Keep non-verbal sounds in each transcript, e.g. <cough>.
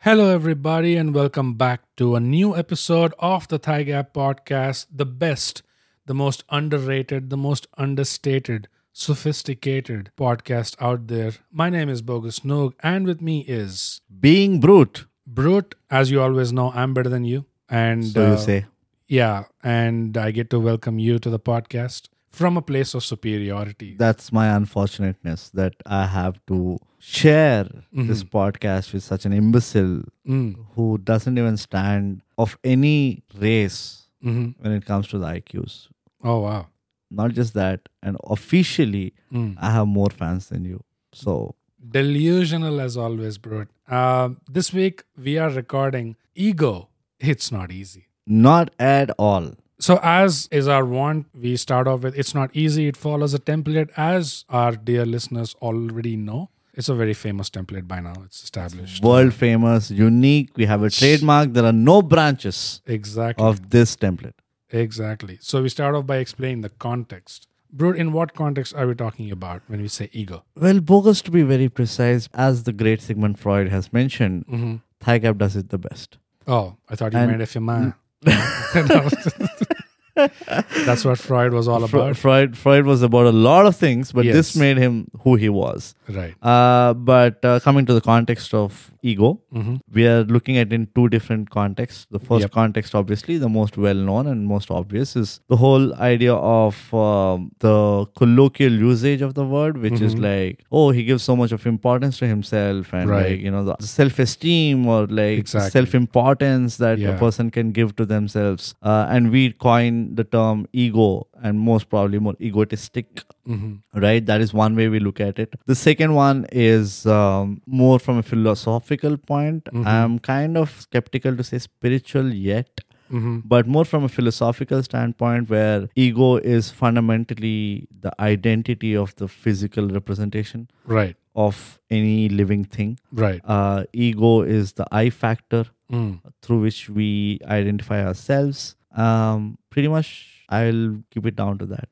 Hello, everybody, and welcome back to a new episode of the Thigh Gap Podcast the best, the most underrated, the most understated, sophisticated podcast out there. My name is Bogus Noog, and with me is being brute Brute. As you always know, I'm better than you. And so uh, you say yeah, and I get to welcome you to the podcast from a place of superiority. that's my unfortunateness that i have to share this podcast with such an imbecile Mm, who doesn't even stand of any race mhm. when it comes to the iqs Oh, wow. not just that and officially Mm. i have more fans than you so Delusional as always, Brute. Uh, this week, we are recording Ego. It's not easy. not at all So, as is our want, we start off with It's Not Easy. It follows a template, as our dear listeners already know. It's a very famous template by now, it's established. world famous unique we have a trademark there are no branches Exactly. of this template exactly. So, we start off by explaining the context. Brood, in what context are we talking about when we say ego? Well, bogus to be very precise, as the great Sigmund Freud has mentioned, Mhm. thigh gap does it the best. Oh, I thought you And- meant if you man. <laughs> That's what Freud was all Fre- about. Freud Freud was about a lot of things, but Yes. this made him who he was. Right. Uh, but uh, coming to the context of ego, Mhm. we are looking at in two different contexts. The first Yep. context, obviously, the most well known and most obvious, is the whole idea of um, the colloquial usage of the word, which is Mm-hmm. like, oh, he gives so much of importance to himself, and Right. like you know, the self esteem or like Exactly. self importance that Yeah. a person can give to themselves. Uh, and we coin the term ego, and most probably more egotistic Mhm. right that is one way we look at it the second one is um, more from a philosophical point i'm kind of skeptical to say spiritual yet Mhm. but more from a philosophical standpoint where ego is fundamentally the identity of the physical representation Right. of any living thing Right. uh, ego is the i factor Mm. through which we identify ourselves um, pretty much i'll keep it down to that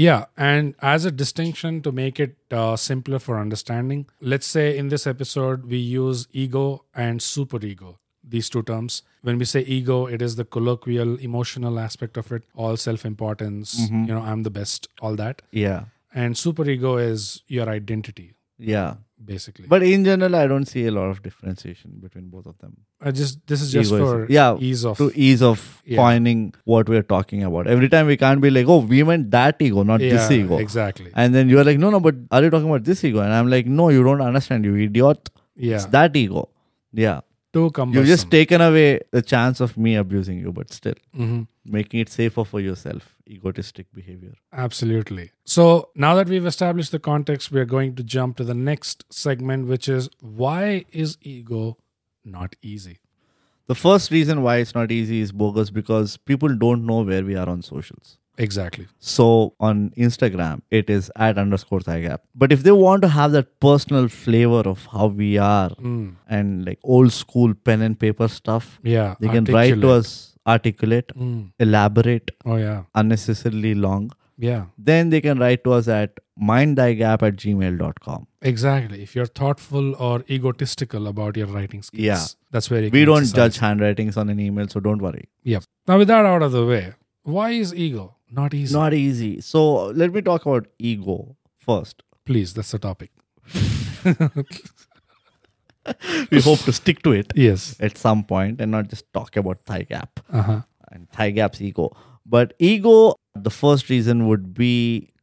Yeah, and as a distinction to make it uh, simpler for understanding, let's say in this episode we use ego and superego, these two terms. When we say ego, it is the colloquial, emotional aspect of it, all self importance, Mm-hmm. you know, I'm the best, all that. yeah And superego is your identity, yeah basically. But in general, I don't see a lot of differentiation between both of them. I just this is just Ego is- for yeah, ease of To ease of Yeah. coining what we're talking about. Every time we can't be like, oh, we meant that ego, not yeah, this ego. exactly. And then you're like, no, no, but are you talking about this ego? And I'm like, no, you don't understand, you idiot. Yeah, It's that ego. Yeah. too cumbersome. You've just taken away the chance of me abusing you, but still Mhm. making it safer for yourself. Egotistic behavior. Absolutely. So now that we've established the context, we're going to jump to the next segment, which is why is ego not easy? The first reason why it's not easy is bogus because people don't know where we are on socials. Exactly. So on Instagram, it is at underscore thigh gap. But if they want to have that personal flavor of how we are Mm. and like old school pen and paper stuff, Yeah. they can write to articulate. us, articulate, Mm. elaborate, Oh, yeah. unnecessarily long. Yeah. Then they can write to us at mindthighgap at gmail.com. Exactly. If you're thoughtful or egotistical about your writing skills, Yeah. that's where you We can don't exercise. judge handwritings on an email, so don't worry. Yep. Now, with that out of the way, why is ego not easy? Not easy. So let me talk about ego first. Please, that's the topic. <laughs> We hope to stick to it Yes. at some point and not just talk about thigh gap. Uh huh. and thigh gaps ego. But ego, the first reason would be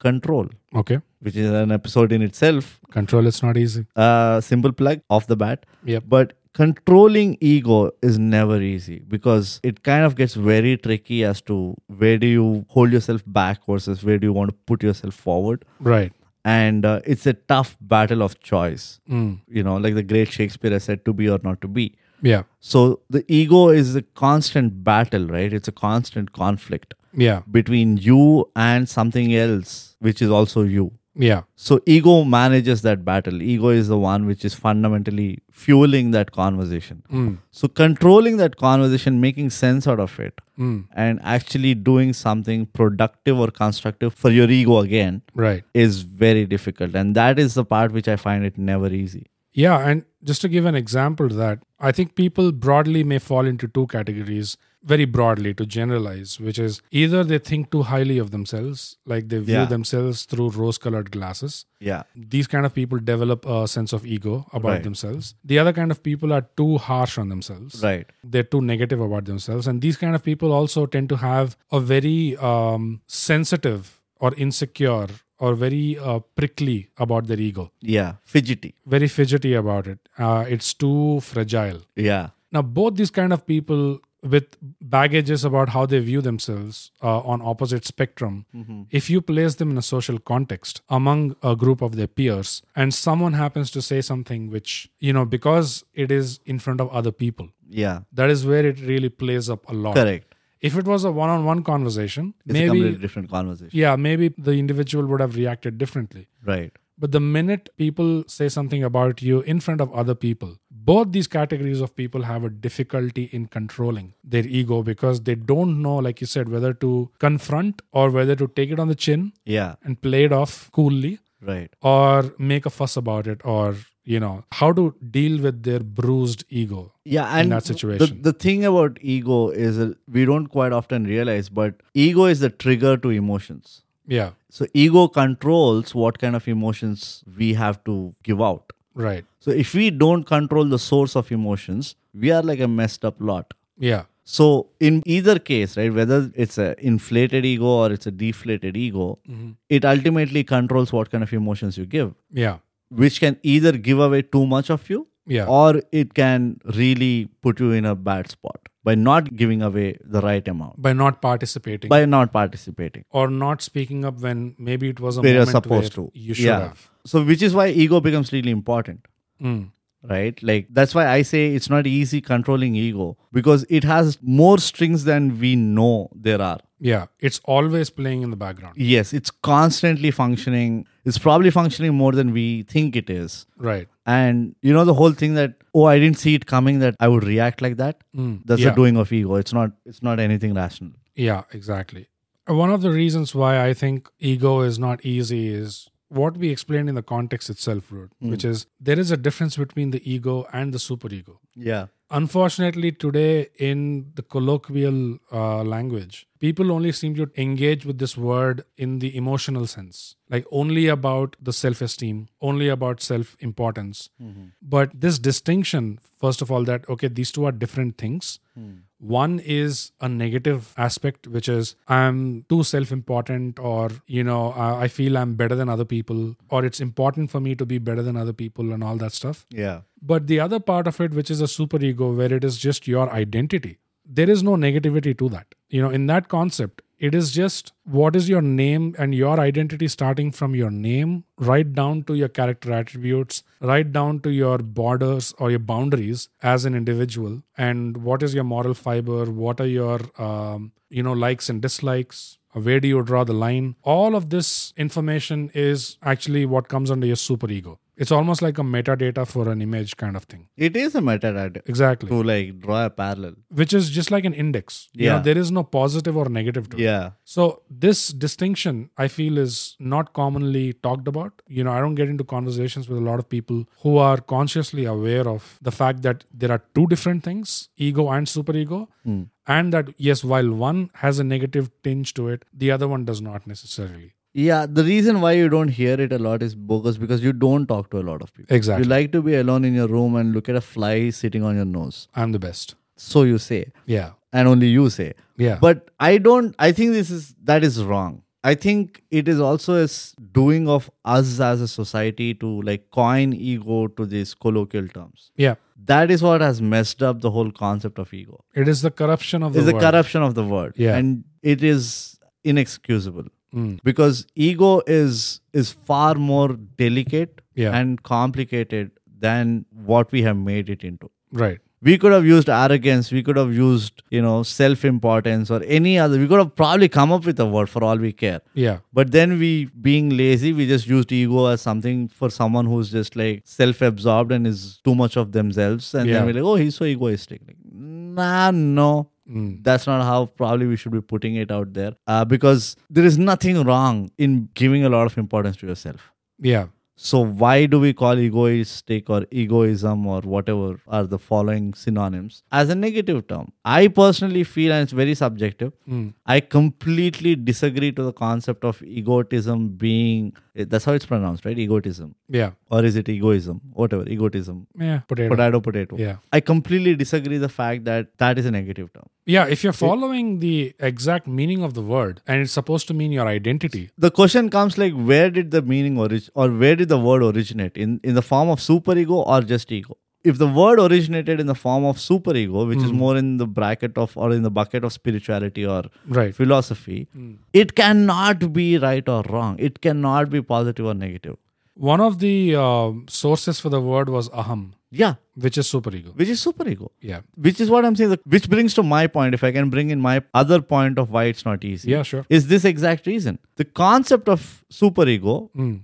control, Okay. which is an episode in itself. Control, it's not easy. Uh, simple plug off the bat. Yep. But controlling ego is never easy because it kind of gets very tricky as to where do you hold yourself back versus where do you want to put yourself forward. Right. And uh, it's a tough battle of choice. Mm. You know, like the great Shakespeare has said, to be or not to be. Yeah. So the ego is a constant battle, right? It's a constant conflict Yeah. between you and something else, which is also you. Yeah. So ego manages that battle. Ego is the one which is fundamentally fueling that conversation. Mm. So controlling that conversation, making sense out of it, Mm. and actually doing something productive or constructive for your ego again Right. is very difficult. And that is the part which I find it never easy. Yeah, and just to give an example to that, I think people broadly may fall into two categories, very broadly to generalize, which is either they think too highly of themselves, like they view Yeah. themselves through rose colored glasses. Yeah. These kind of people develop a sense of ego about Right. themselves. The other kind of people are too harsh on themselves Right. they're too negative about themselves and these kind of people also tend to have a very um, sensitive or insecure or very uh, prickly about their ego Yeah. Fidgety. very fidgety about it uh, it's too fragile Yeah. now both these kind of people with baggages about how they view themselves uh, on opposite spectrum Mm-hmm. if you place them in a social context among a group of their peers and someone happens to say something which you know because it is in front of other people Yeah. that is where it really plays up a lot. Correct. If it was a one on one conversation, It's a maybe, completely different conversation. yeah, maybe the individual would have reacted differently. Right. But the minute people say something about you in front of other people, both these categories of people have a difficulty in controlling their ego because they don't know, like you said, whether to confront or whether to take it on the chin Yeah. and play it off coolly Right. or make a fuss about it or, you know, how to deal with their bruised ego. Yeah, and that situation. The, the thing about ego is uh, we don't quite often realize, but ego is the trigger to emotions. Yeah, So ego controls what kind of emotions we have to give out. right. So if we don't control the source of emotions, we are like a messed up lot. Yeah. So in either case, right, whether it's a inflated ego or it's a deflated ego, Mm-hmm. it ultimately controls what kind of emotions you give, Yeah. which can either give away too much of you Yeah. or it can really put you in a bad spot by not giving away the right amount by not participating by not participating or not speaking up when maybe it was a where you're moment supposed where to you should have. so which is why ego becomes really important Mm. right like that's why i say it's not easy controlling ego because it has more strings than we know there are Yeah, it's always playing in the background. yes it's constantly functioning it's probably functioning more than we think it is Right. and you know the whole thing that oh i didn't see it coming that i would react like that that's yeah. the doing of ego it's not it's not anything rational Yeah, exactly. Uh, One of the reasons why I think ego is not easy is what we explained in the context itself, Rude, which is there is a difference between the ego and the superego. yeah Unfortunately, today in the colloquial uh, language, people only seem to engage with this word in the emotional sense, like only about the self esteem, only about self importance. But this distinction, first of all, that, okay, these two are different things. One is a negative aspect, which is I'm too self important, or, you know, I I feel I'm better than other people, or it's important for me to be better than other people, and all that stuff. yeah But the other part of it, which is a superego, where it is just your identity, there is no negativity to that. You know, in that concept, it is just what is your name and your identity starting from your name, right down to your character attributes, right down to your borders or your boundaries as an individual, and what is your moral fiber, what are your, um, you know, likes and dislikes. Where do you draw the line? All of this information is actually what comes under your superego. It's almost like a metadata for an image kind of thing. It is a metadata Exactly. to like draw a parallel. Which is just like an index. You know, Yeah. there is no positive or negative to it. Yeah. So this distinction I feel is not commonly talked about. You know, I don't get into conversations with a lot of people who are consciously aware of the fact that there are two different things, ego and superego. Hmm. And that yes, while one has a negative tinge to it, the other one does not necessarily. Yeah. The reason why you don't hear it a lot is bogus because you don't talk to a lot of people. Exactly. You like to be alone in your room and look at a fly sitting on your nose. I'm the best. So you say, Yeah. and only you say. Yeah. But I don't, I think this is, that is wrong. I think it is also a s- doing of us as a society to like coin ego to these colloquial terms. yeah. That is what has messed up the whole concept of ego. It is the corruption of the is the word. corruption of the word Yeah. Hmm. and it is inexcusable because ego is is far more delicate Yeah. and complicated than what we have made it into Right. we could have used arrogance we could have used you know self importance or any other we could have probably come up with a word for all we care Yeah. but then we being lazy we just used ego as something for someone who's just like self absorbed and is too much of themselves and Yeah. then we're like oh he's so egoistic like, nah no that's not how probably we should be putting it out there uh, because there is nothing wrong in giving a lot of importance to yourself Yeah. So why do we call egoistic or egoism or whatever are the following synonyms as a negative term? I personally feel, and it's very subjective, Hmm. I completely disagree to the concept of egotism being, that's how it's pronounced, right? Egotism. Yeah. Or is it egoism? Whatever, egotism. Yeah. Potato. Potato, potato. Yeah. I completely disagree the fact that that is a negative term. Yeah. If you're following the exact meaning of the word and it's supposed to mean your identity, the question comes like where did the meaning orig- or where did the word originate in in the form of superego or just ego if the word originated in the form of superego which is more in the bracket of or in the bucket of spirituality or right? philosophy it cannot be right or wrong it cannot be positive or negative One of the uh, sources for the word was aham, yeah which is superego. which is superego Yeah. which is what i'm saying the- which brings to my point if i can bring in my other point of why it's not easy Yeah. Sure. is this exact reason. The concept of superego,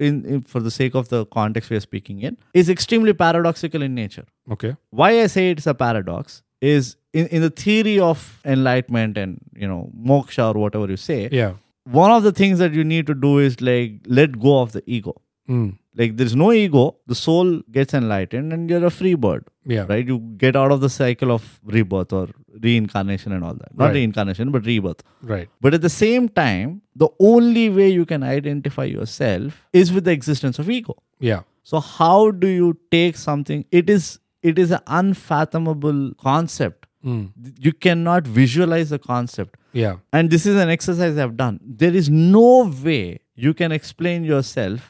in, in for the sake of the context we are speaking in, is extremely paradoxical in nature. Okay. Why I say it's a paradox is in, in the theory of enlightenment and you know moksha or whatever you say, Yeah. one of the things that you need to do is like let go of the ego. Mm. Like there's no ego, the soul gets enlightened and you're a free bird Yeah. right? You get out of the cycle of rebirth or reincarnation and all that. Not Right. reincarnation, but rebirth. Right. But at the same time, the only way you can identify yourself is with the existence of ego. Yeah. So how do you take something? It is it is an unfathomable concept. Mm. You cannot visualize the concept. Yeah. And this is an exercise I've done. There is no way you can explain yourself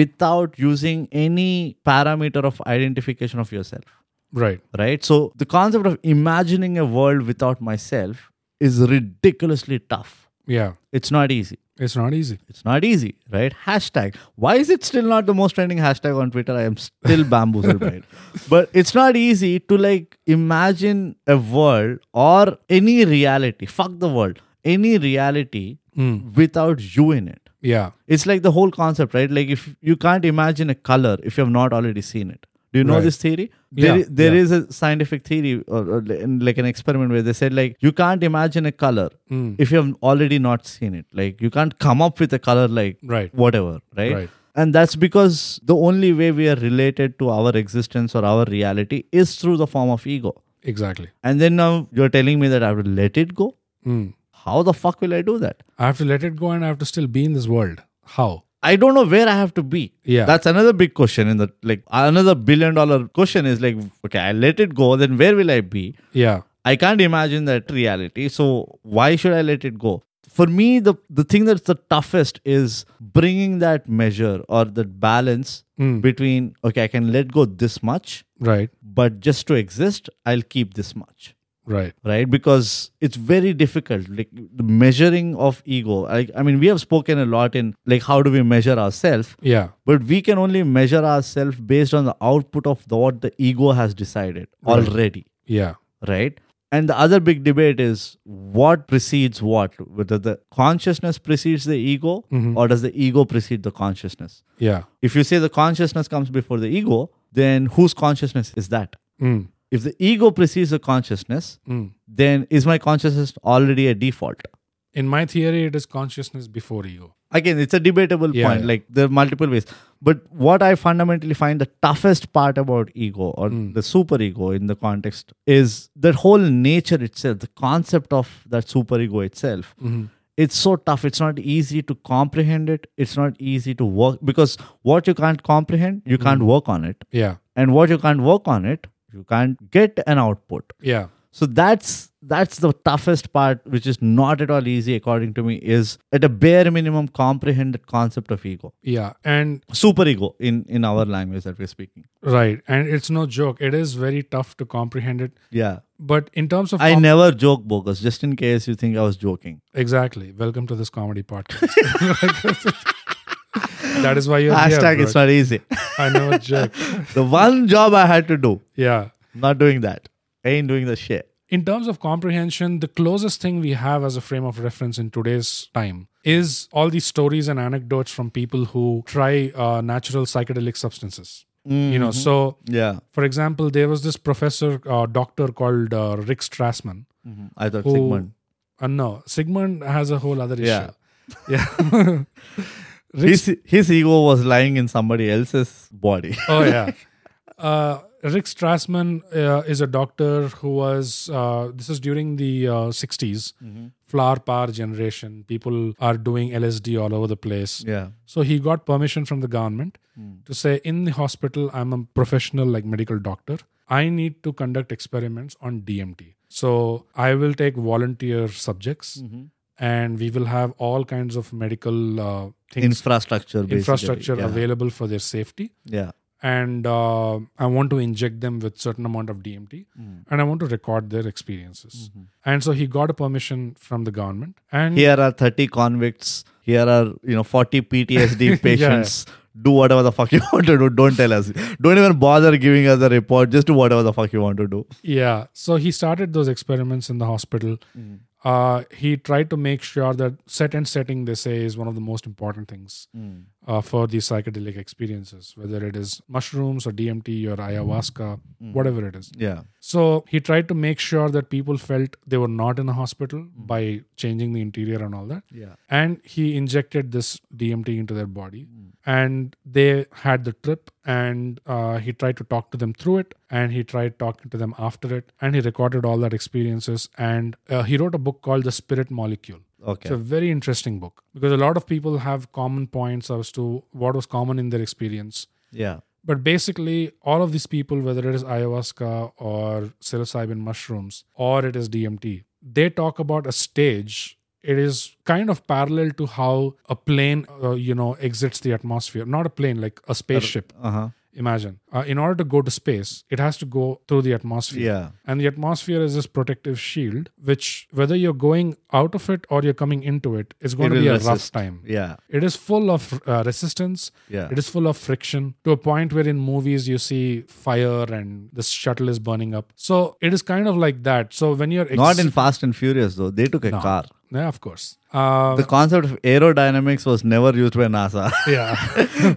without using any parameter of identification of yourself Right. right? So the concept of imagining a world without myself is ridiculously tough. Yeah. It's not easy. It's not easy. It's not easy, right? Hashtag. Why is it still not the most trending hashtag on Twitter? I am still bamboozled by it. But it's not easy to like imagine a world or any reality. Fuck the world. Any reality without you in it. Yeah. It's like the whole concept, right? Like if you can't imagine a color if you have not already seen it. Do you know Right. this theory? There, Yeah, i- there yeah. is a scientific theory or, or li- in like an experiment where they said like you can't imagine a color Hmm. if you have already not seen it. Like you can't come up with a color like Right. whatever, right? Right. And that's because the only way we are related to our existence or our reality is through the form of ego. Exactly. And then now you're telling me that I have to let it go. Mm. How the fuck will I do that? I have to let it go and I have to still be in this world. How? I don't know where I have to be. Yeah. That's another big question in the like another billion dollar question is like, okay, I let it go, then where will I be? Yeah. I can't imagine that reality. So why should I let it go? For me, the the thing that's the toughest is bringing that measure or that balance between okay, I can let go this much, Right. but just to exist, I'll keep this much Right. right because it's very difficult like the measuring of ego like i mean we have spoken a lot in like how do we measure ourselves Yeah. but we can only measure ourselves based on the output of the, what the ego has decided already Yeah. right and the other big debate is what precedes what whether the consciousness precedes the ego or does the ego precede the consciousness Yeah. if you say the consciousness comes before the ego then whose consciousness is that Mm. if the ego precedes the consciousness Mm. then is my consciousness already a default In my theory, it is consciousness before ego. again it's a debatable Yeah, point yeah. like there are multiple ways but what i fundamentally find the toughest part about ego or Hmm. the superego in the context is that whole nature itself the concept of that superego itself it's so tough it's not easy to comprehend it it's not easy to work because what you can't comprehend you can't Hmm. work on it Yeah. and what you can't work on it you can't get an output Yeah. so that's that's the toughest part, which is not at all easy, according to me, is at a bare minimum comprehend the concept of ego. Yeah. And Superego in, in our language that we're speaking. right. And it's no joke. It is very tough to comprehend it. Yeah. But in terms of I com- never joke bogus, just in case you think I was joking. exactly. Welcome to this comedy podcast. <laughs> that is why you're Hashtag here. it's not <laughs> easy. I know a joke. the one job I had to do, Yeah. not doing that. I ain't doing the shit. in terms of comprehension, the closest thing we have as a frame of reference in today's time is all these stories and anecdotes from people who try uh, natural psychedelic substances. You Mm-hmm. know, so Yeah. for example, there was this professor, uh, doctor called uh, Rick Strassman. Mhm. I thought Who, Sigmund. Uh, no, Sigmund has a whole other issue. Yeah. Yeah. Rick's, His, his ego was lying in somebody else's body. oh yeah. <laughs> Uh, Rick Strassman uh, is a doctor who was. Uh, this is during the uh, 60s, flower power generation. People are doing LSD all over the place. yeah. So he got permission from the government to say, in the hospital, I'm a professional, like medical doctor. I need to conduct experiments on DMT. So I will take volunteer subjects and we will have all kinds of medical uh, things, Infrastructure. basically. infrastructure Yeah. available for their safety. yeah. And uh, I want to inject them with certain amount of DMT Mm. and I want to record their experiences. Mm-hmm. And so he got a permission from the government. And Here are 30 convicts. Here are, you know, 40 <laughs> PTSD patients. Do whatever the fuck you <laughs> want to do. Don't tell us. Don't even bother giving us a report. Just do whatever the fuck you want to do. Yeah. So he started those experiments in the hospital. Mm. Uh, he tried to make sure that set and setting, they say, is one of the most important things Mm. uh, for these psychedelic experiences, whether it is mushrooms or DMT or ayahuasca, Mm. whatever it is. Yeah. So he tried to make sure that people felt they were not in a hospital by changing the interior and all that. Yeah. And he injected this DMT into their body. And they had the trip, and uh, he tried to talk to them through it, and he tried talking to them after it, and he recorded all that experiences. And uh, he wrote a book called The Spirit Molecule. Okay. It's a very interesting book because a lot of people have common points as to what was common in their experience. yeah. But basically, all of these people, whether it is ayahuasca or psilocybin mushrooms or it is DMT, they talk about a stage. It is kind of parallel to how a plane, uh, you know, exits the atmosphere. Not a plane, like a spaceship. Uh huh. Imagine. Uh, in order to go to space, it has to go through the atmosphere. Yeah. And the atmosphere is this protective shield, which, whether you're going out of it or you're coming into it, it's going It to will be a rough resist. time. Yeah. It is full of uh, resistance. Yeah. It is full of friction to a point where in movies you see fire and the shuttle is burning up. So it is kind of like that. So when you're ex- Not in Fast and Furious though. They took a car. yeah, of course. Uh, The concept of aerodynamics was never used by <laughs> NASA. yeah,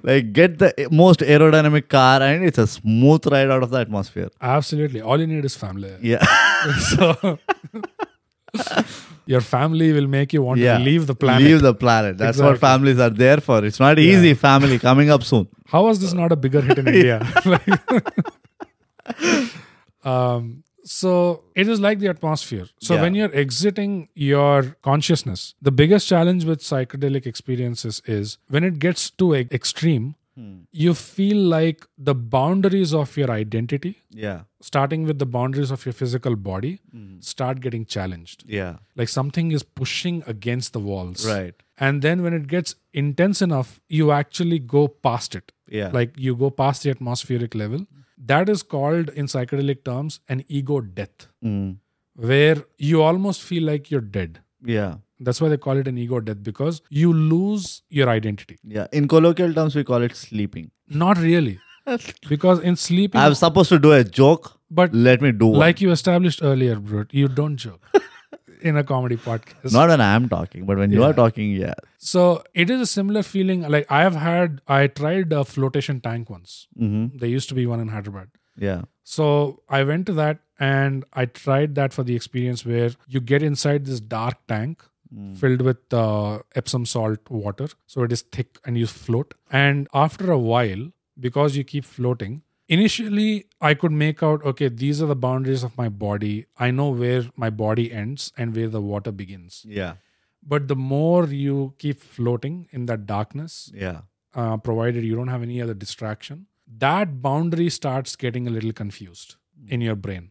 like get the most aerodynamic car and it's a smooth ride out of the atmosphere. absolutely. All you need is family. Yeah. <laughs> so your family will make you want yeah. to leave the planet. Leave the planet. That's what Exactly. families are there for. It's not easy, family. Coming up soon. How was this not a bigger hit <laughs> in India? <laughs> Like- um, so it is like the atmosphere. So Yeah. when you're exiting your consciousness, the biggest challenge with psychedelic experiences is when it gets too e- extreme, Hmm. you feel like the boundaries of your identity, Yeah. starting with the boundaries of your physical body, Hmm. start getting challenged. Yeah. Like something is pushing against the walls. Right. And then when it gets intense enough, you actually go past it Yeah. like you go past the atmospheric level that is called in psychedelic terms an ego death Mm. where you almost feel like you're dead Yeah. that's why they call it an ego death because you lose your identity Yeah. In colloquial terms, we call it sleeping. not <laughs> really because in sleeping I was supposed to do a joke. but Let me do one. like you established earlier Brut, you don't joke <laughs> in a comedy podcast not when I am talking, but when you Yeah. are talking, yeah. so it is a similar feeling like i have had i tried a flotation tank once Mm-hmm. there used to be one in hyderabad Yeah. So I went to that and I tried that for the experience where you get inside this dark tank filled with uh, Epsom salt water. So it is thick and you float. And after a while, because you keep floating, initially I could make out okay, these are the boundaries of my body. I know where my body ends and where the water begins. Yeah. But the more you keep floating in that darkness, Yeah. uh, provided you don't have any other distraction, that boundary starts getting a little confused in your brain.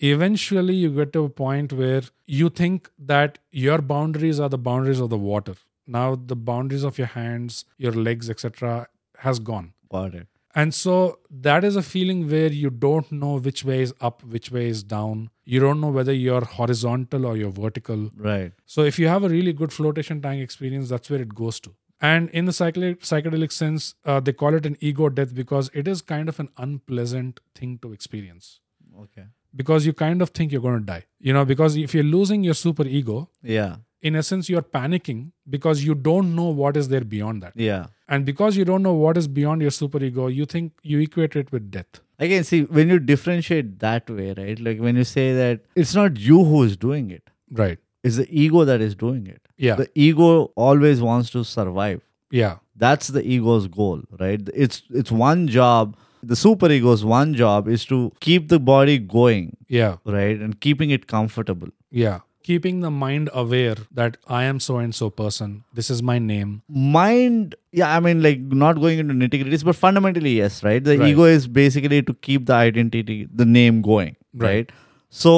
Eventually, you get to a point where you think that your boundaries are the boundaries of the water. Now, the boundaries of your hands, your legs, etc., has gone. Got it. And so that is a feeling where you don't know which way is up, which way is down. You don't know whether you're horizontal or you're vertical. Right. So if you have a really good flotation tank experience, that's where it goes to. And in the psychedelic, psychedelic sense, uh, they call it an ego death because it is kind of an unpleasant thing to experience Okay. because you kind of think you're going to die. You know, because if you're losing your super ego, Yeah. in essence, you're panicking because you don't know what is there beyond that. Yeah. And because you don't know what is beyond your super ego, you think you equate it with death. Again, see, when you differentiate that way, right? Like when you say that it's not you who is doing it, Right. it's the ego that is doing it. Yeah. The ego always wants to survive. Yeah. That's the ego's goal, right? It's it's one job. The superego's one job is to keep the body going, Yeah. right? And keeping it comfortable. Yeah. Keeping the mind aware that I am so and so person. This is my name. Mind, yeah, I mean, like not going into nitty gritties, but fundamentally, yes, right? The Right. ego is basically to keep the identity, the name going, Right. right? So,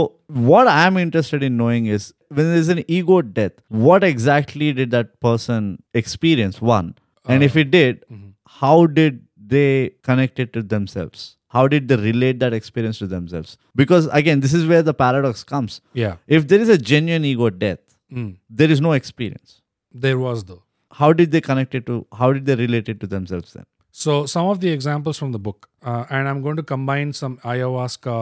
what I'm interested in knowing is when there's an ego death, what exactly did that person experience? One, and Uh, if it did, mm-hmm. how did they connect it to themselves? How did they relate that experience to themselves? Because again, this is where the paradox comes. Yeah. If there is a genuine ego death, Mm. there is no experience. There was though. How did they connect it to? How did they relate it to themselves then? So some of the examples from the book, uh, and I'm going to combine some ayahuasca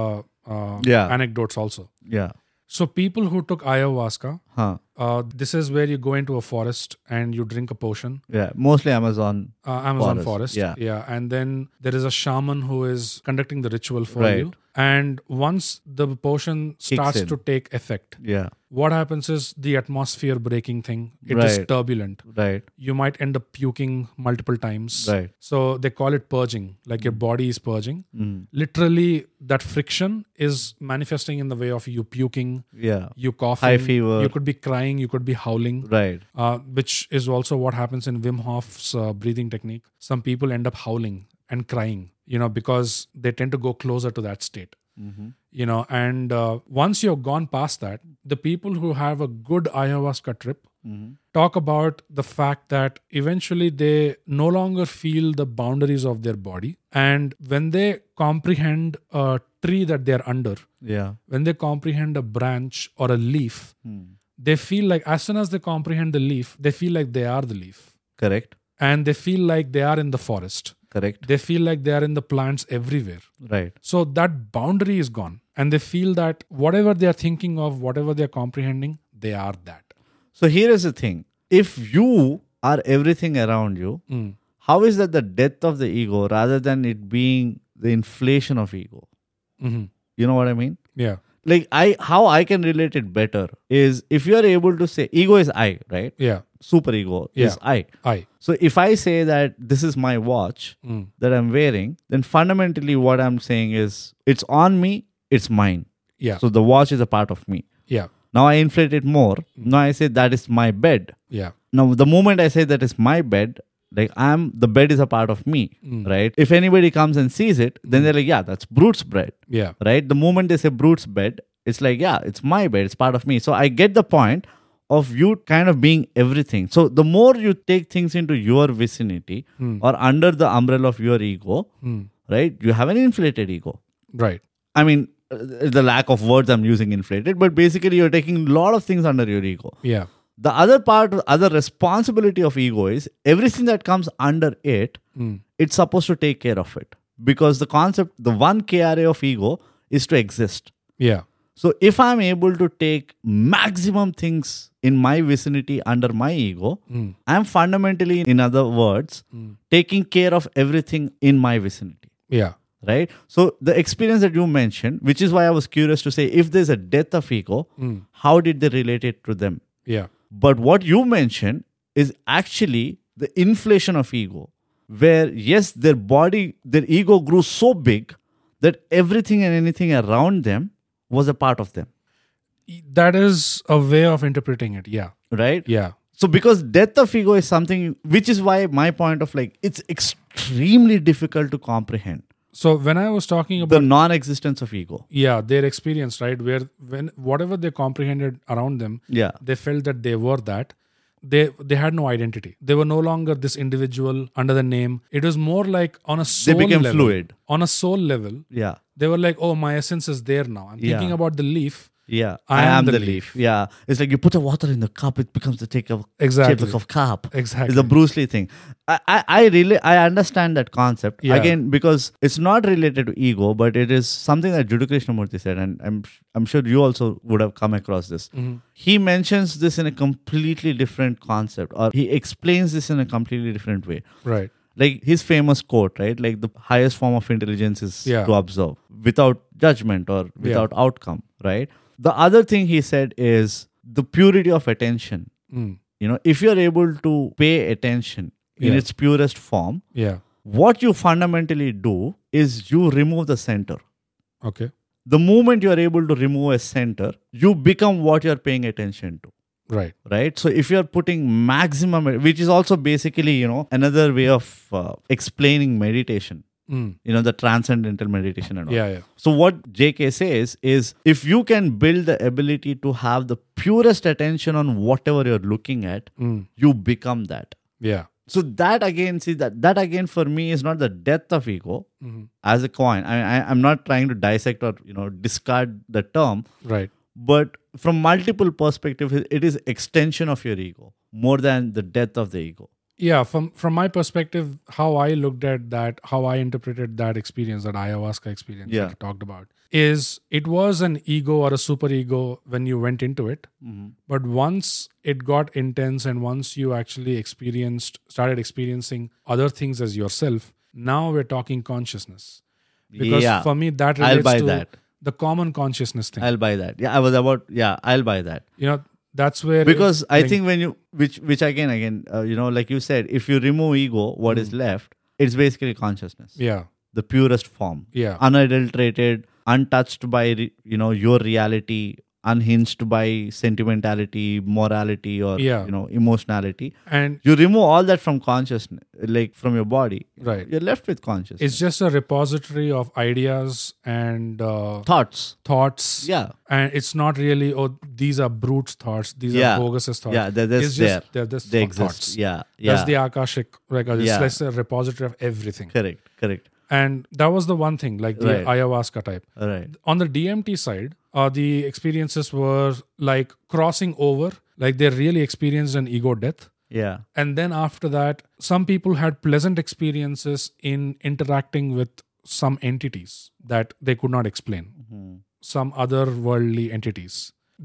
uh, Yeah. anecdotes also. Yeah. So people who took ayahuasca, Huh. uh, this is where you go into a forest and you drink a potion, Yeah. Mostly Amazon. uh, Amazon Forest, forest. yeah. yeah, and then there is a shaman who is conducting the ritual for Right. you. And once the potion starts in. to take effect, Yeah. what happens is the atmosphere breaking thing. It is Right. turbulent. Right. You might end up puking multiple times. Right. So they call it purging, like your body is purging. Hmm. Literally, that friction is manifesting in the way of you puking, Yeah. you coughing, High fever. You could be crying, you could be howling, Right. uh, which is also what happens in Wim Hof's uh, breathing technique. Some people end up howling and crying, you know, because they tend to go closer to that state. You know, and uh, once you've gone past that, the people who have a good ayahuasca trip talk about the fact that eventually they no longer feel the boundaries of their body. And when they comprehend a tree that they're under, Yeah. Hmm. when they comprehend a branch or a leaf, they feel like as soon as they comprehend the leaf, they feel like they are the leaf. Correct. And they feel like they are in the forest. Correct. They feel like they are in the plants everywhere. Right. So that boundary is gone. And they feel that whatever they are thinking of, whatever they are comprehending, they are that. So here is the thing. If you are everything around you, Mm. how is that the death of the ego rather than it being the inflation of ego? hmm You know what I mean? Yeah. Like I how I can relate it better is if you are able to say ego is I, right? Yeah. Super ego Yeah. is I. I. So if I say that this is my watch Mm. that I'm wearing, then fundamentally what I'm saying is it's on me, it's mine. Yeah. So the watch is a part of me. yeah. Now I inflate it more. Now I say that is my bed. Yeah. Now, the moment I say that is my bed, like I'm the bed is a part of me, right? If anybody comes and sees it, then they're like, yeah, that's Brute's bed, Yeah. right? The moment they say Brute's bed, it's like, yeah, it's my bed, it's part of me. So I get the point of you kind of being everything. So the more you take things into your vicinity or under the umbrella of your ego, right, you have an inflated ego. Right. I mean, uh, the lack of words I'm using inflated, but basically you're taking a lot of things under your ego Yeah. the other part other responsibility of ego is everything that comes under it Mm. it's supposed to take care of it because the concept the one kra of ego is to exist Yeah. so if i'm able to take maximum things in my vicinity under my ego Mm. i'm fundamentally in other words taking care of everything in my vicinity Yeah. right so the experience that you mentioned which is why i was curious to say if there's a death of ego Mm. how did they relate it to them Yeah. but what you mentioned is actually the inflation of ego, where yes, their body, their ego grew so big that everything and anything around them was a part of them, That is a way of interpreting it. Yeah. right? Yeah. So, because death of ego is something which is why my point of like it's extremely difficult to comprehend So when I was talking about the non existence of ego. yeah their experience right where when whatever they comprehended around them Yeah. they felt that they were that they they had no identity they were no longer this individual under the name it was more like on a soul became level, fluid. on a soul level Yeah. they were like oh my essence is there now i'm thinking Yeah. about the leaf Yeah. I am the leaf. Yeah. It's like you put the water in the cup, it becomes the take of Exactly. shape of cup. Exactly. It's a Bruce Lee thing. I, I, I really I understand that concept. Yeah. Again, because it's not related to ego, but it is something that Judo Krishnamurti said, and I'm I'm sure you also would have come across this. Mm-hmm. He mentions this in a completely different concept, or he explains this in a completely different way right like his famous quote right like the highest form of intelligence is Yeah. to observe without judgment or without outcome right the other thing he said is the purity of attention Mm. you know if you're able to pay attention in Yeah. its purest form, Yeah. what you fundamentally do is you remove the center. Okay. The moment you are able to remove a center, you become what you are paying attention to. Right. Right. So if you are putting maximum, which is also basically, you know, another way of uh, explaining meditation, Mm. you know, the transcendental meditation and all. Yeah. Yeah. So what JK says is if you can build the ability to have the purest attention on whatever you're looking at, Mm. you become that. Yeah. So that again, see that that again for me is not the death of ego Mhm. as a coin. I, I I'm not trying to dissect or you know discard the term, Right. but from multiple perspectives, it is extension of your ego more than the death of the ego. Yeah. From from my perspective, how I looked at that, how I interpreted that experience, that ayahuasca experience Yeah. that you talked about, is it was an ego or a superego when you went into it. Mm-hmm. But once it got intense and once you actually experienced, started experiencing other things as yourself, now we're talking consciousness. Because yeah, for me, that I'll relates buy to that. the common consciousness thing. I'll buy that. Yeah, I was about. Yeah, I'll buy that. you know, that's where. because it- I think when you which which again again uh, you know like you said if you remove ego what is left it's basically consciousness Mm-hmm. Yeah. the purest form Yeah. unadulterated untouched by re- you know your reality unhinged by sentimentality morality or Yeah. you know emotionality and, you remove all that from consciousness like from your body right. you're left with consciousness It's just a repository of ideas and uh, thoughts thoughts. yeah And it's not really, oh, these are brute thoughts. These Yeah. are bogus thoughts. yeah they're, they're it's there just, they're just they thou- exist thoughts. yeah yeah That's the Akashic record. It's Yeah. like a repository of everything. correct correct And that was the one thing, like the Right. ayahuasca type. all right On the DMT side, uh, the experiences were like crossing over, like they really experienced an ego death. yeah And then after that, some people had pleasant experiences in interacting with some entities that they could not explain, Hmm. some otherworldly entities.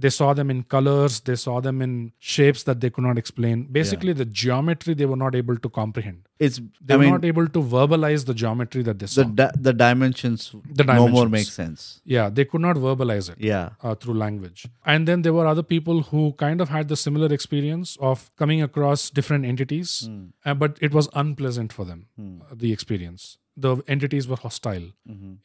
They saw them in colors, they saw them in shapes that they could not explain. Basically, the geometry they were not able to comprehend. it's They I were mean, not able to verbalize the geometry that they saw. the di- the dimensions The no more dimensions. make sense. yeah, they could not verbalize it. Yeah, uh, through language. And then there were other people who kind of had the similar experience of coming across different entities, uh, but it was unpleasant for them, uh, the experience. The entities were hostile.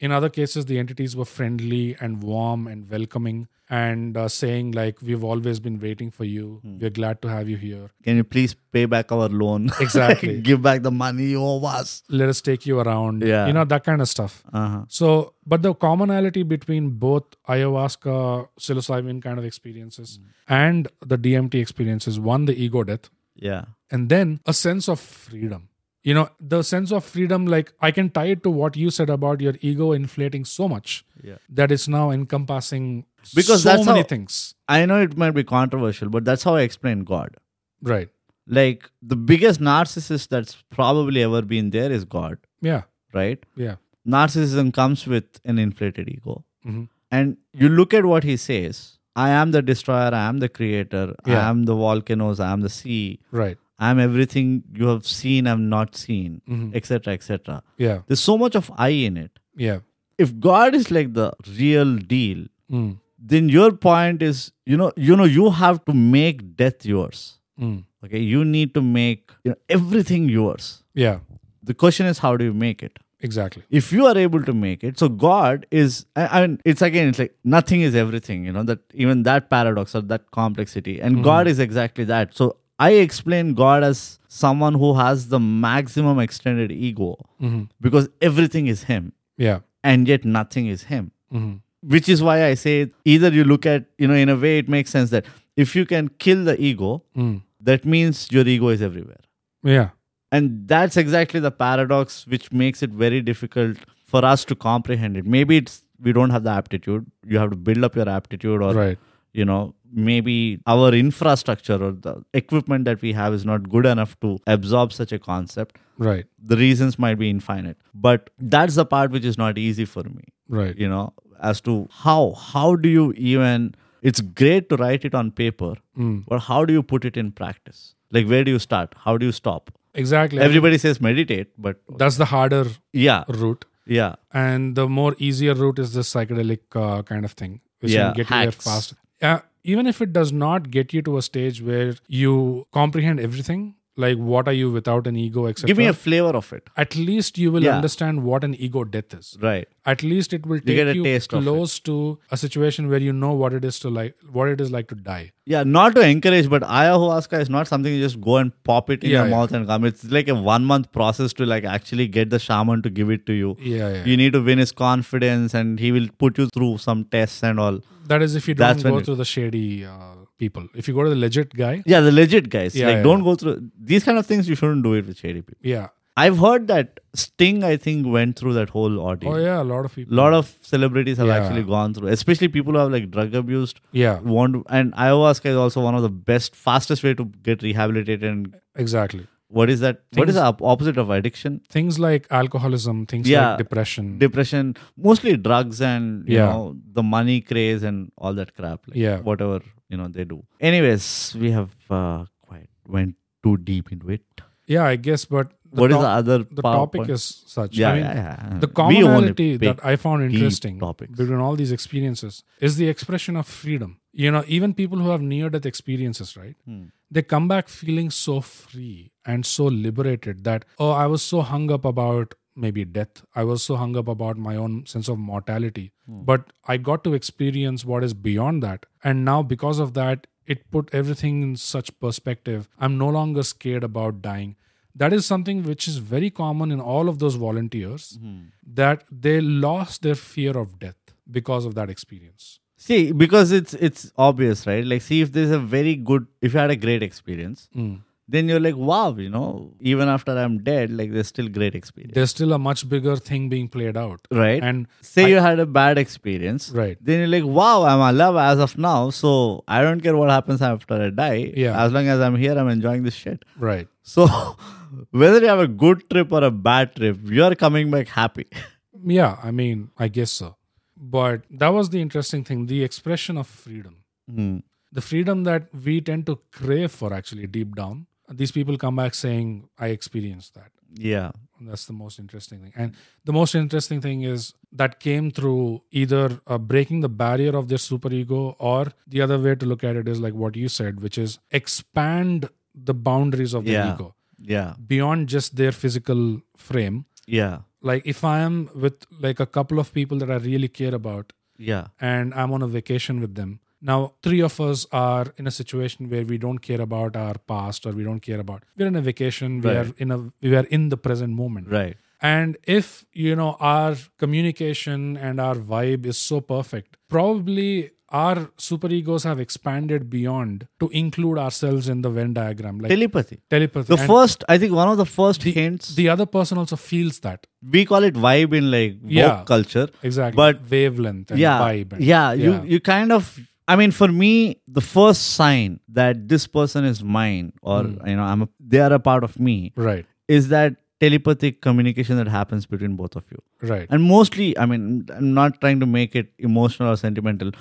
In other cases, the entities were friendly and warm and welcoming and uh, saying, like, we've always been waiting for you. We're glad to have you here. can you please pay back our loan? <laughs> Exactly. Give back the money you owe us. Let us take you around. Yeah. You know, that kind of stuff. Uh-huh. So, but the commonality between both ayahuasca, psilocybin kind of experiences Hmm. and the DMT experiences one, the ego death, Yeah, and then a sense of freedom. You know, the sense of freedom, like I can tie it to what you said about your ego inflating so much Yeah. that it's now encompassing Because so that's many how- things. I know it might be controversial, but that's how I explain God. Right. Like the biggest narcissist that's probably ever been there is God, Yeah. right? Yeah. Narcissism comes with an inflated ego, Mhm. and you look at what he says. I am the destroyer. I am the creator. Yeah. I am the volcanoes. I am the sea. Right. I am everything you have seen. I'm not seen, Mhm. etc., etc. Yeah. There's so much of I in it. Yeah. If God is like the real deal, Mm. then your point is, you know, you know, you have to make death yours. Mm. Okay, you need to make you know, everything yours. Yeah. The question is, how do you make it? Exactly. If you are able to make it, so God is, I I mean, it's again, it's like nothing is everything. You know that even that paradox or that complexity, and God is exactly that. So I explain God as someone who has the maximum extended ego Mhm. because everything is Him Yeah. and yet nothing is him Mhm. which is why i say either you look at you know in a way it makes sense that if you can kill the ego Mm. that means your ego is everywhere Yeah. and that's exactly the paradox which makes it very difficult for us to comprehend it maybe it's we don't have the aptitude you have to build up your aptitude or Right. you know maybe our infrastructure or the equipment that we have is not good enough to absorb such a concept Right. the reasons might be infinite but that's the part which is not easy for me Right. you know as to how how do you even it's great to write it on paper Hmm. but how do you put it in practice like where do you start how do you stop Exactly. everybody says meditate but that's the harder yeah route. yeah and the more easier route is the psychedelic uh, kind of thing which Yeah, can get you hacks. there fast yeah even if it does not get you to a stage where you comprehend everything like what are you without an ego, etc. Give me a flavor of it. At least you will Yeah. understand what an ego death is. Right. At least it will take get a you taste of it. close to a situation where you know what it is to like what it is like to die. Yeah, not to encourage, but ayahuasca is not something you just go and pop it in Yeah, your yeah. mouth and come. It's like a one month process to like actually get the shaman to give it to you. Yeah, yeah. You need to win his confidence and he will put you through some tests and all. That is if you That's don't when go it- through the shady uh, people. If you go to the legit guy, Yeah, the legit guys. Yeah, like yeah, don't go through these kind of things you shouldn't do it with shady people. yeah. I've heard that Sting, I think, went through that whole ordeal. Oh yeah, a lot of people. lot of celebrities have Yeah. actually gone through, especially people who have like drug abused. Yeah, Want to, and ayahuasca is also one of the best, fastest way to get rehabilitated. And exactly. what is that? what is Things- the op- opposite of addiction? Things like alcoholism, things Yeah. like depression. Depression, mostly drugs and you Yeah. know the money craze and all that crap. Like Yeah. whatever you know they do. Anyways, we have uh, quite went too deep into it. yeah, I guess. But the What is top- the other the PowerPoint? topic is such. Yeah, I mean, yeah, yeah. the We only commonality pick- that I found deep interesting topics. between all these experiences is the expression of freedom. You know, even people who have near death experiences, right? They come back feeling so free and so liberated that, oh, I was so hung up about maybe death. I was so hung up about my own sense of mortality. But I got to experience what is beyond that. And now, because of that, it put everything in such perspective. I'm no longer scared about dying that is something which is very common in all of those volunteers that they lost their fear of death because of that experience See, because it's it's obvious, right? Like, see if there's a very good, if you had a great experience, Hmm. then you're like, wow, you know, even after I'm dead, like there's still great experience, there's still a much bigger thing being played out right? and say you had a bad experience, Right. Then you're like, wow, I'm alive as of now, so I don't care what happens after I die. Yeah. as long as I'm here, I'm enjoying this shit. <laughs> right So, whether you have a good trip or a bad trip, you're coming back happy. yeah i mean i guess so but that was the interesting thing the expression of freedom Hmm. the freedom that we tend to crave for actually deep down these people come back saying i experienced that Yeah. That's the most interesting thing. And the most interesting thing is that came through either uh, breaking the barrier of their superego, or the other way to look at it is like what you said, which is expand the boundaries of their Yeah. ego Yeah. beyond just their physical frame. Yeah. Like if I am with like a couple of people that I really care about Yeah. and I'm on a vacation with them. Now, three of us are in a situation where we don't care about our past or we don't care about. We're in a vacation. We Right. are in a we are in the present moment. Right. And if, you know, our communication and our vibe is so perfect, probably our superegos have expanded beyond to include ourselves in the Venn diagram, like Telepathy. telepathy. The And first, I think, one of the first hints the other person also feels that. we call it vibe in like woke Yeah. culture. Exactly. But- wavelength and yeah, vibe. and- yeah, you you kind of. I mean, for me, the first sign that this person is mine, or Hmm. you know, I'm a, they are a part of me, Right. is that telepathic communication that happens between both of you. Right. And mostly, I mean, I'm not trying to make it emotional or sentimental,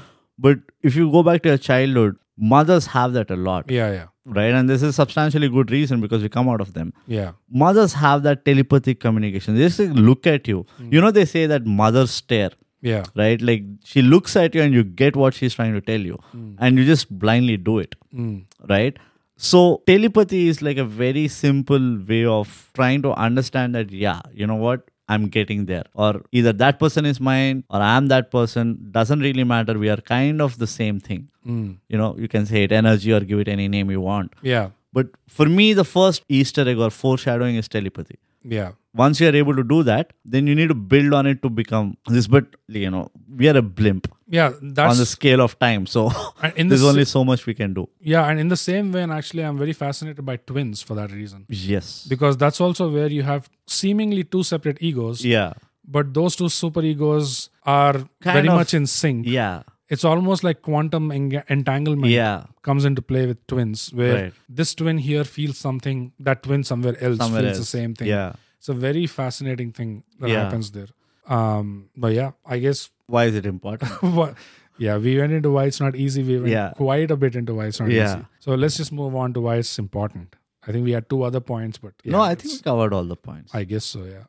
but if you go back to your childhood, mothers have that a lot, Yeah. Yeah. right? And this is substantially good reason because we come out of them. Yeah. mothers have that telepathic communication. They just like, look at you. You know, they say that mothers stare, Yeah. right? Like she looks at you and you get what she's trying to tell you, and you just blindly do it, Mm. right? So, telepathy is like a very simple way of trying to understand that, yeah, you know what? I'm getting there. Or either that person is mine or I'm that person. Doesn't really matter. We are kind of the same thing. Mm. You know, you can say it energy or give it any name you want. Yeah. But for me, the first Easter egg or foreshadowing is telepathy Yeah. once you are able to do that then you need to build on it to become this but you know we are a blimp Yeah. That's on the scale of time so <laughs> and in the <laughs> there's s- only so much we can do yeah, and in the same vein, actually, I'm very fascinated by twins for that reason. yes Because that's also where you have seemingly two separate egos. yeah but those two superegos are very of- much in sync. yeah It's almost like quantum eng- entanglement yeah comes into play with twins, where Right. this twin here feels something, that twin somewhere else Somewhere feels the else. same thing. yeah It's a very fascinating thing that Yeah. happens there. Um, but yeah, I guess, <laughs> why is it important what, yeah, we went into why it's not easy. We went Yeah. quite a bit into why it's not Yeah. easy. So let's just move on to why it's important. I think we had two other points, but <laughs> yeah, no i it's- think we covered all the points I guess so. Yeah.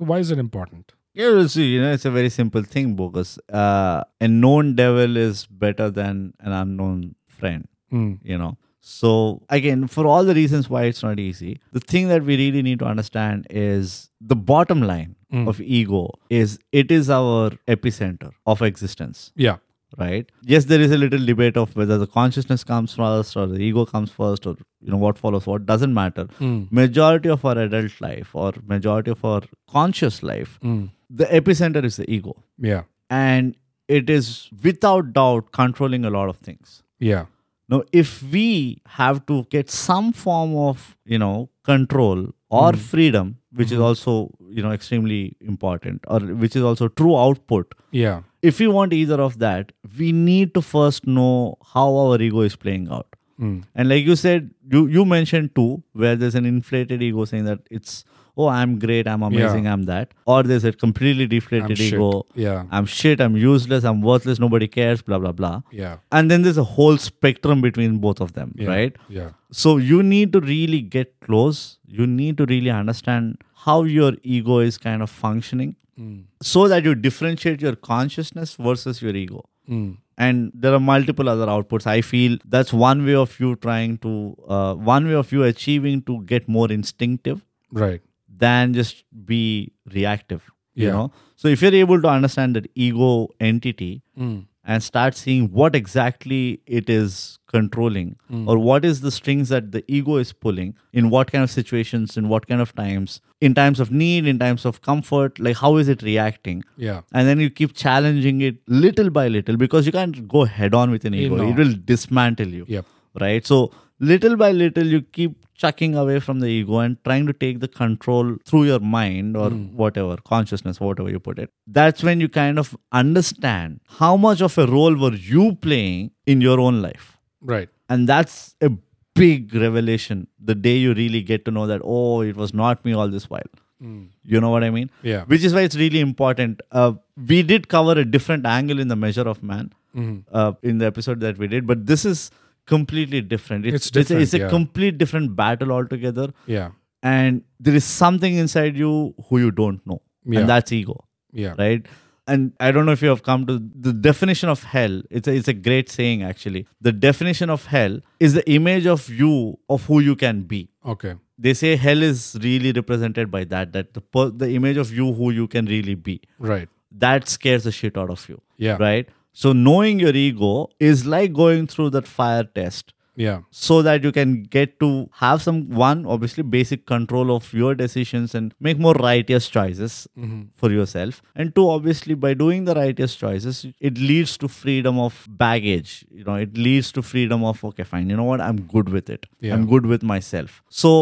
So why is it important? yeah you see you know it's a very simple thing bogus uh, a known devil is better than an unknown friend Mm, you know So, again, for all the reasons why it's not easy, the thing that we really need to understand is the bottom line of ego is it is our epicenter of existence Yeah. right yes there is a little debate of whether the consciousness comes first or the ego comes first or you know what follows what doesn't matter Hmm. majority of our adult life or majority of our conscious life the epicenter is the ego Hmm. Yeah. and it is without doubt controlling a lot of things Yeah. now if we have to get some form of you know control Hmm. or freedom which is also you know extremely important or which is also true output Yeah. if we want either of that, we need to first know how our ego is playing out. Hmm. And like you said, you you mentioned too, where there's an inflated ego saying that it's oh I'm great, I'm amazing, I'm that, or there's a completely deflated I'm shit. ego. Yeah. I'm shit, I'm useless, I'm worthless, nobody cares, blah blah blah. Yeah. And then there's a whole spectrum between both of them, Yeah. right? Yeah. So you need to really get close. You need to really understand how your ego is kind of functioning Hmm. so that you differentiate your consciousness versus your ego. Hmm. And there are multiple other outputs. I feel that's one way of you trying to, uh, one way of you achieving to get more instinctive Right. than just be reactive. You Yeah. know? So if you're able to understand that ego entity, Hmm. and start seeing what exactly it is controlling or what is the strings that the ego is pulling in what kind of situations in what kind of times in times of need in times of comfort like how is it reacting Yeah. and then you keep challenging it little by little because you can't go head on with an ego know. it will dismantle you Yep. right so little by little you keep chucking away from the ego and trying to take the control through your mind or whatever consciousness whatever you put it that's when you kind of understand how much of a role were you playing in your own life Right. and that's a big revelation the day you really get to know that oh it was not me all this while you know what i mean Yeah. which is why it's really important uh, we did cover a different angle in the measure of man Mm-hmm. uh, in the episode that we did but this is completely different it's, It's a, different, it's a yeah. complete different battle altogether Yeah. and there is something inside you who you don't know Yeah. and that's ego Yeah. right and i don't know if you have come to the definition of hell it's a, it's a great saying actually the definition of hell is the image of you of who you can be Okay. they say hell is really represented by that that the per- the image of you who you can really be Right. that scares the shit out of you Yeah. right so knowing your ego is like going through that fire test Yeah. so that you can get to have some one obviously basic control of your decisions and make more righteous choices Mm-hmm. for yourself and two obviously by doing the righteous choices it leads to freedom of baggage you know it leads to freedom of okay fine you know what i'm good with it Yeah. i'm good with myself so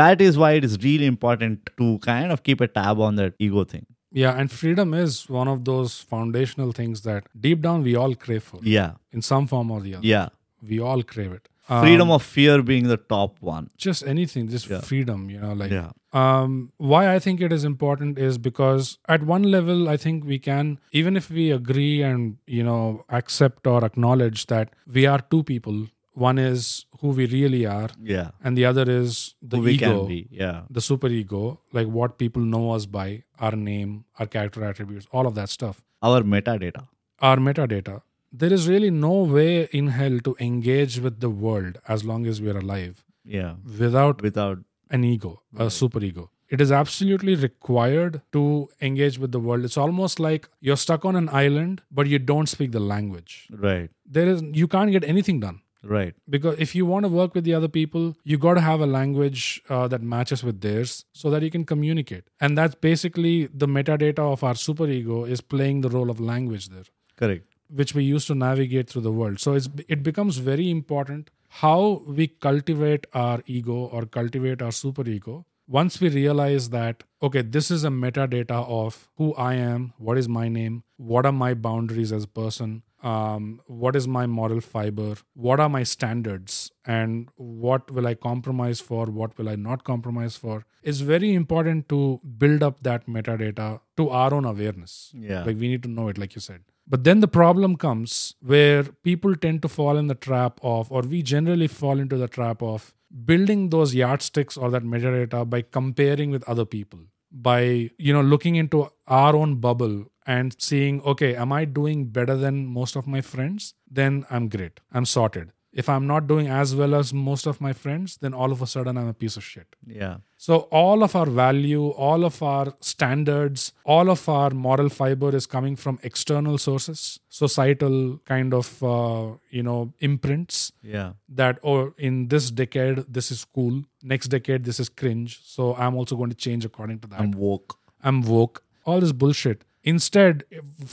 that is why it is really important to kind of keep a tab on that ego thing Yeah. And freedom is one of those foundational things that deep down we all crave for yeah in some form or the other. yeah We all crave it. Um, freedom of fear being the top one just anything, just Yeah. freedom, you know, like yeah um why i think it is important is because at one level i think we can even if we agree and you know accept or acknowledge that we are two people one is who we really are yeah and the other is the we ego can be yeah the superego like what people know us by our name our character attributes all of that stuff our metadata our metadata there is really no way in hell to engage with the world as long as we are alive yeah without without an ego, a superego. It is absolutely required to engage with the world. It's almost like you're stuck on an island, but you don't speak the language. right There is you can't get anything done Right. because if you want to work with the other people, you got to have a language uh, that matches with theirs so that you can communicate. And that's basically the metadata of our superego is playing the role of language there Correct. which we use to navigate through the world. So it's, it becomes very important how we cultivate our ego or cultivate our superego. Once we realize that, okay, this is a metadata of who I am, what is my name, what are my boundaries as a person, um, what is my moral fiber, what are my standards, and what will I compromise for, what will I not compromise for. It's very important to build up that metadata to our own awareness. Yeah. Like we need to know it, like you said. But then the problem comes where people tend to fall in the trap of, or we generally fall into the trap of building those yardsticks or that metadata by comparing with other people, by, you know, looking into our own bubble and seeing, okay, am I doing better than most of my friends? Then I'm great. I'm sorted. If I'm not doing as well as most of my friends, then all of a sudden I'm a piece of shit. Yeah. So all of our value, all of our standards, all of our moral fiber is coming from external sources, societal kind of uh, you know imprints Yeah. that oh in this decade this is cool, next decade this is cringe. So I'm also going to change according to that. I'm woke. I'm woke, all this bullshit. Instead,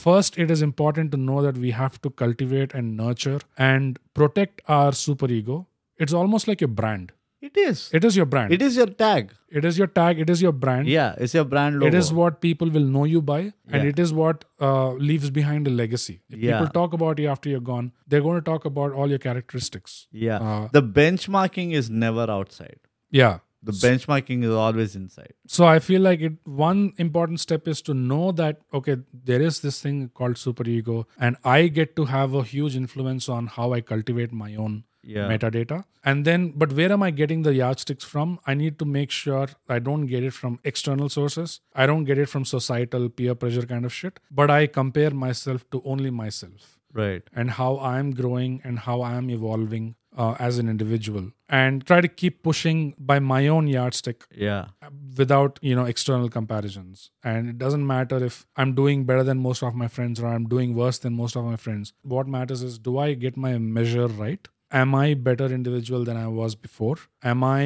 first, it is important to know that we have to cultivate and nurture and protect our superego. It's almost like your brand. It is. It is your brand. It is your tag. it is your tag. It is your brand. Yeah. It's your brand logo. It is what people will know you by, and Yeah. it is what uh, leaves behind a legacy. If Yeah. people talk about you after you're gone, they're going to talk about all your characteristics. Yeah. Uh, the benchmarking is never outside. Yeah. The benchmarking is always inside. so i feel like it one important step is to know that okay there is this thing called superego and i get to have a huge influence on how i cultivate my own Yeah. metadata and then but where am i getting the yardsticks from i need to make sure i don't get it from external sources i don't get it from societal peer pressure kind of shit but i compare myself to only myself Right. and how I'm growing and how I'm evolving uh, as an individual, and try to keep pushing by my own yardstick Yeah. Uh, without you know external comparisons and it doesn't matter if i'm doing better than most of my friends or i'm doing worse than most of my friends what matters is do i get my measure right am i better individual than i was before am i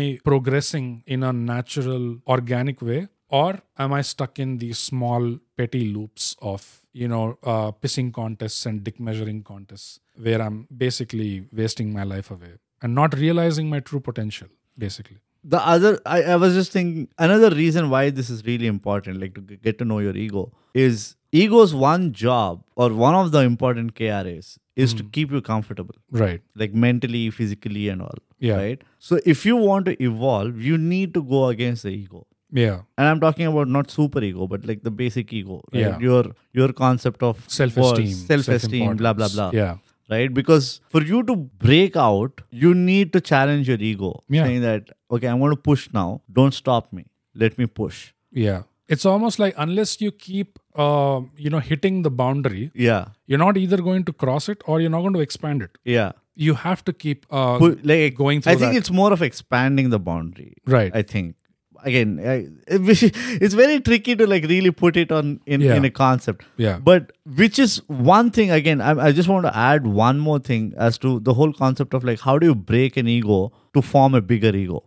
progressing in a natural organic way or am i stuck in these small petty loops of you know uh, pissing contests and dick measuring contests where i'm basically wasting my life away and not realizing my true potential basically the other I, I was just thinking another reason why this is really important like to g- get to know your ego is ego's one job or one of the important kras is Hmm. to keep you comfortable right like mentally physically and all, right? Yeah. so if you want to evolve you need to go against the ego yeah and i'm talking about not super ego but like the basic ego right? Yeah. your your concept of self-esteem, worth, self-esteem blah blah self-importance. blah Yeah, right? Because for you to break out, you need to challenge your ego, Yeah. saying that, okay, I'm going to push now. Don't stop me. Let me push. yeah. It's almost like unless you keep, uh, you know, hitting the boundary, Yeah, you're not either going to cross it or you're not going to expand it. yeah. You have to keep uh, Pu- like going through I think that. it's more of expanding the boundary. right. I think again, I, <laughs> it's very tricky to like really put it on in, Yeah. in a concept. Yeah. But which is one thing again. I, I just want to add one more thing as to the whole concept of like how do you break an ego to form a bigger ego.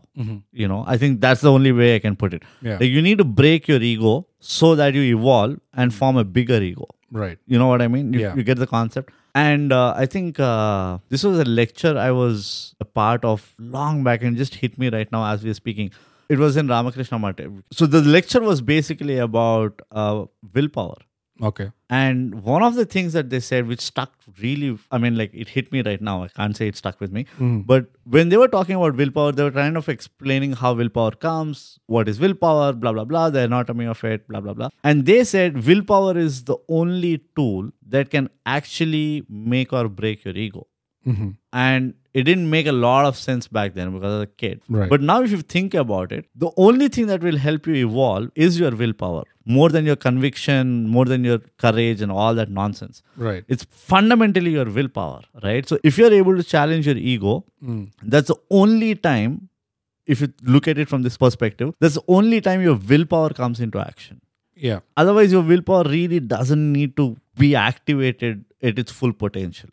You know, I think that's the only way I can put it. Mm-hmm. Yeah. Like you need to break your ego so that you evolve and form a bigger ego. right. You know what I mean? You, Yeah. you get the concept. And uh, I think uh, this was a lecture I was a part of long back and just hit me right now as we are speaking. It was in Ramakrishna Math. So the lecture was basically about uh, willpower. Okay. And one of the things that they said, which stuck really, I mean, like it hit me right now. I can't say it stuck with me. But when they were talking about willpower, they were kind of explaining how willpower comes, what is willpower, blah, blah, blah, the anatomy of it, blah, blah, blah. And they said willpower is the only tool that can actually make or break your ego hmm and it didn't make a lot of sense back then because I was a kid. Right. But now, if you think about it, the only thing that will help you evolve is your willpower, more than your conviction, more than your courage, and all that nonsense. Right. It's fundamentally your willpower, right? So, if you're able to challenge your ego, that's the only time, if you look at it from this perspective, that's the only time your willpower comes into action. Yeah. Otherwise, your willpower really doesn't need to be activated at its full potential.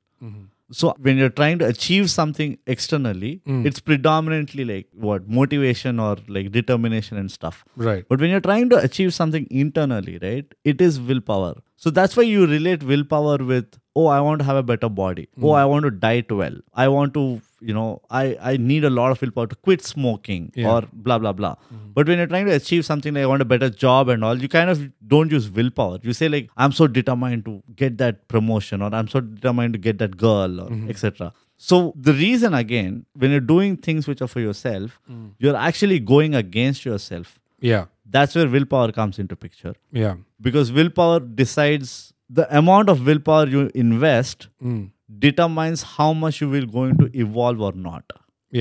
So when you're trying to achieve something externally, it's predominantly like what motivation or like determination and stuff. Right. But when you're trying to achieve something internally, right, it is willpower. So that's why you relate willpower with, oh, I want to have a better body. Oh, I want to diet well. I want to, you know, I, I need a lot of willpower to quit smoking Yeah. or blah, blah, blah. But when you're trying to achieve something like I want a better job and all, you kind of don't use willpower. You say, like, I'm so determined to get that promotion or I'm so determined to get that girl or etc. So the reason again, when you're doing things which are for yourself, you're actually going against yourself Yeah. that's where willpower comes into picture Yeah. because willpower decides the amount of willpower you invest Mm. determines how much you will going to evolve or not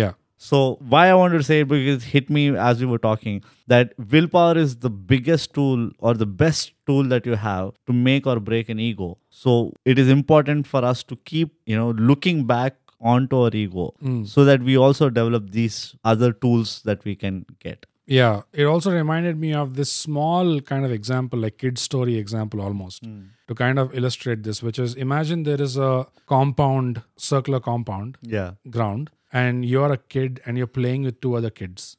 Yeah. so why i wanted to say it because it hit me as we were talking that willpower is the biggest tool or the best tool that you have to make or break an ego so it is important for us to keep you know looking back onto our ego so that we also develop these other tools that we can get. Yeah, it also reminded me of this small kind of example, like kid story example almost, Hmm. to kind of illustrate this, which is imagine there is a compound, circular compound Yeah. ground, and you're a kid and you're playing with two other kids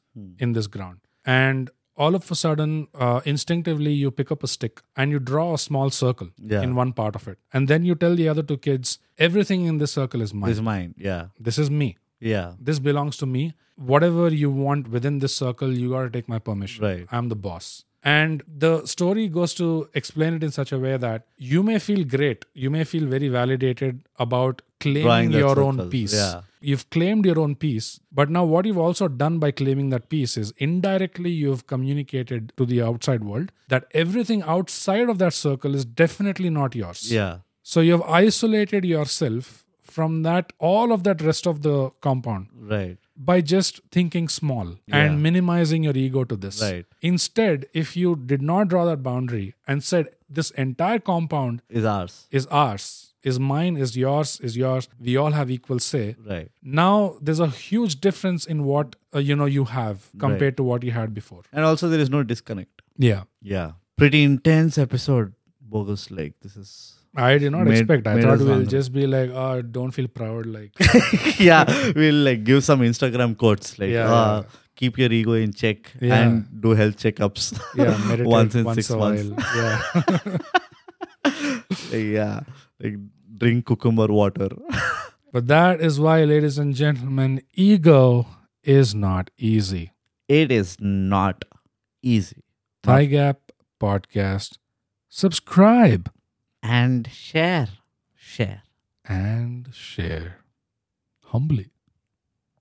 in this ground. And all of a sudden, uh, instinctively, you pick up a stick and you draw a small circle Yeah. in one part of it. And then you tell the other two kids, everything in this circle is mine. Is mine. Yeah. This is me. Yeah. This belongs to me. Whatever you want within this circle, you got to take my permission. Right. I'm the boss. And the story goes to explain it in such a way that you may feel great. You may feel very validated about claiming Drawing that your own circle. piece. Yeah. You've claimed your own piece, but now what you've also done by claiming that piece is indirectly you've communicated to the outside world that everything outside of that circle is definitely not yours. Yeah. So you've isolated yourself from that, all of that rest of the compound Right. by just thinking small Yeah. and minimizing your ego to this. Right. Instead, if you did not draw that boundary and said, this entire compound Is ours. is ours, is mine, is yours, is yours, we all have equal say. Right. Now there's a huge difference in what uh, you know you have compared to what you had before. And also there is no disconnect. Yeah, Yeah. Pretty intense episode. Bogus like this <laughs> is I did not Made- expect. I made thought us we'll wonder. just be like, "Oh, don't feel proud." <laughs> Like, yeah, we'll like give some Instagram quotes like Yeah, uh, keep your ego in check Yeah. and do health <laughs> checkups. yeah, meditate once in six a months. while. Yeah. <laughs> <laughs> yeah, like drink cucumber water. <laughs> But that is why, ladies and gentlemen, ego is not easy. it is not easy. Thigh Gap Podcast. Subscribe And share, share. and share humbly.